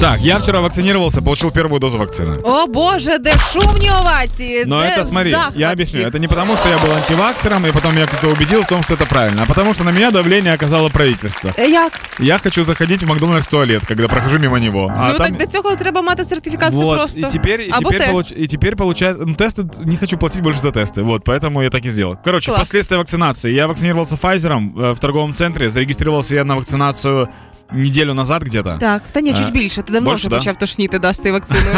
Так, я вчера вакцинировался, получил первую дозу вакцины. О боже, де шумні овації. Но де Ну, это, смотри, захват я объясню. всіх. Это не потому, что я был антиваксером, и потом меня кто-то убедил в том, что это правильно, а потому что на меня давление оказало правительство. Е, Як? Я хочу заходить в Макдональдс в туалет, когда прохожу мимо него. А ну там- так для цього треба мати сертифікацію вот, просто. и теперь, и Або теперь, тест. получ- и теперь получается, ну, тесты не хочу платить больше за тесты, вот, поэтому я так и сделал. Короче, Класс. последствия вакцинации. Я вакцинировался Pfizer э, в торговом центре, зарегистрировался я на вакцинацию неделю назад где-то. Так, та ні, Е, чуть більше. Ти давно більше, вже да? почав тошніти да, з цією вакциною.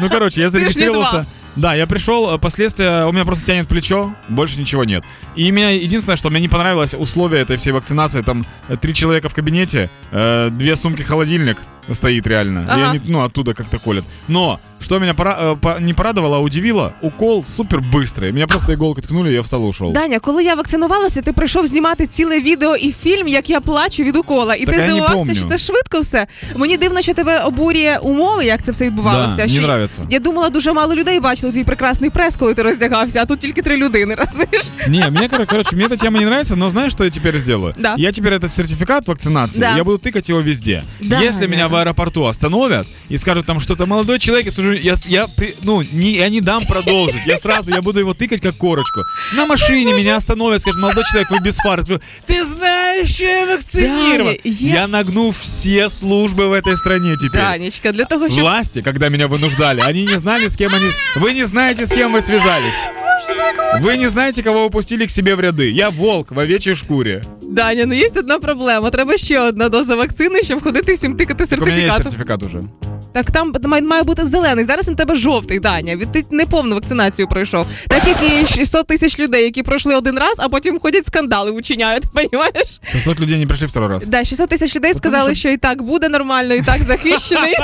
Ну, короче, я ж не зарегистрировался. два. Да, я пришел, э, последствия, у меня просто тянет плечо, больше ничего нет. И меня единственное, что мне не понравилось условия этой всей вакцинации, там э, три человека в кабинете, э, две сумки холодильник стоит реально. И Ага. они, ну, оттуда как-то колят. Но, что меня пора- э, по- не порадовало, а удивило, укол супер быстрый. Меня просто иголкой ткнули, я встал и ушел. Даня, коли я вакцинувалася, ти прийшов знімати ціле відео і фільм, як я плачу від укола. І Так ти я не здивувався, помню. що це швидко все. Мені дивно, що тебе обурює умови, як це все відбувалося. Да, не що я- нравиться. Я думала, дуже мало людей бачили твій прекрасний прес, коли ти роздягався, а тут тільки три людини. Розумієш? Не, мне, кор- короче, мне эта тема не нравится, но знаешь, что я теперь сделаю? Да. Я теперь этот сертификат вакцинации, Да. я буду тыкать его везде. Да, Если меня да. в аэропорту остановят и скажут там что-то, молодой человек, я, сужу- я, с- я при- ну, не, я не дам продолжить, я сразу, я буду его тыкать как корочку. На машине меня остановят, скажут, молодой человек, вы без фар. Ты знаешь, что я вакцинирован. Даня, я- Я нагну все службы в этой стране теперь. Данечка, для того, щоб Власти, когда меня вынуждали, они не знали, с кем они... Вы не знаете, с кем вы связались. Вы не знаете, кого упустили к себе в ряды. Я волк в овечьей шкуре. Даня, ну є одна проблема. Треба ще одна доза вакцини, щоб ходити всім тикати Так у меня есть сертифікатом. сертификат уже. Так там має, має бути зелений. Зараз на тебе жовтий Даня. Від ти неповну вакцинацію пройшов. Так як і 600 тисяч людей, які пройшли один раз, а потім ходять скандали, учиняють. Понімаєш? 600 людей не пришли второй раз. Да, 600 тисяч Ну, людей сказали, що і так буде нормально, і так захищений.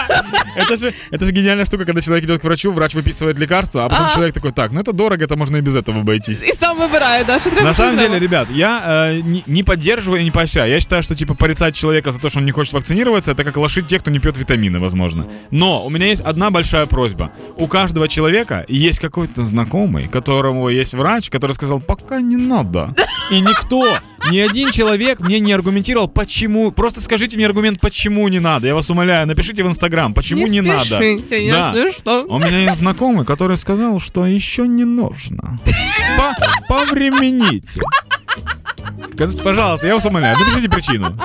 Это же, это же гениальная штука, когда человек идет к врачу, врач выписывает лекарство, а потом Ага. человек такой, так, ну это дорого, это можно и без этого обойтись. І сам вибирає, да, що треба. На самом що деле, треба. ребят, я э, не, не поддерживаю и не поощряю. Я считаю, что типа порицать человека за то, что он не хочет вакцинироваться, это как лошить тех, кто не пьет витамины, возможно. Но у меня есть одна большая просьба. У каждого человека есть какой-то знакомый, которому есть врач, который сказал, пока не надо. И никто, ни один человек мне не аргументировал, почему. Просто скажите мне аргумент, почему не надо. Я вас умоляю, напишите в Инстаграм, почему не, надо. спешите, Да. ясно, что. У меня есть знакомый, который сказал, что еще не нужно. По- повремените. Кон- Пожалуйста, я вас умоляю, напишите причину.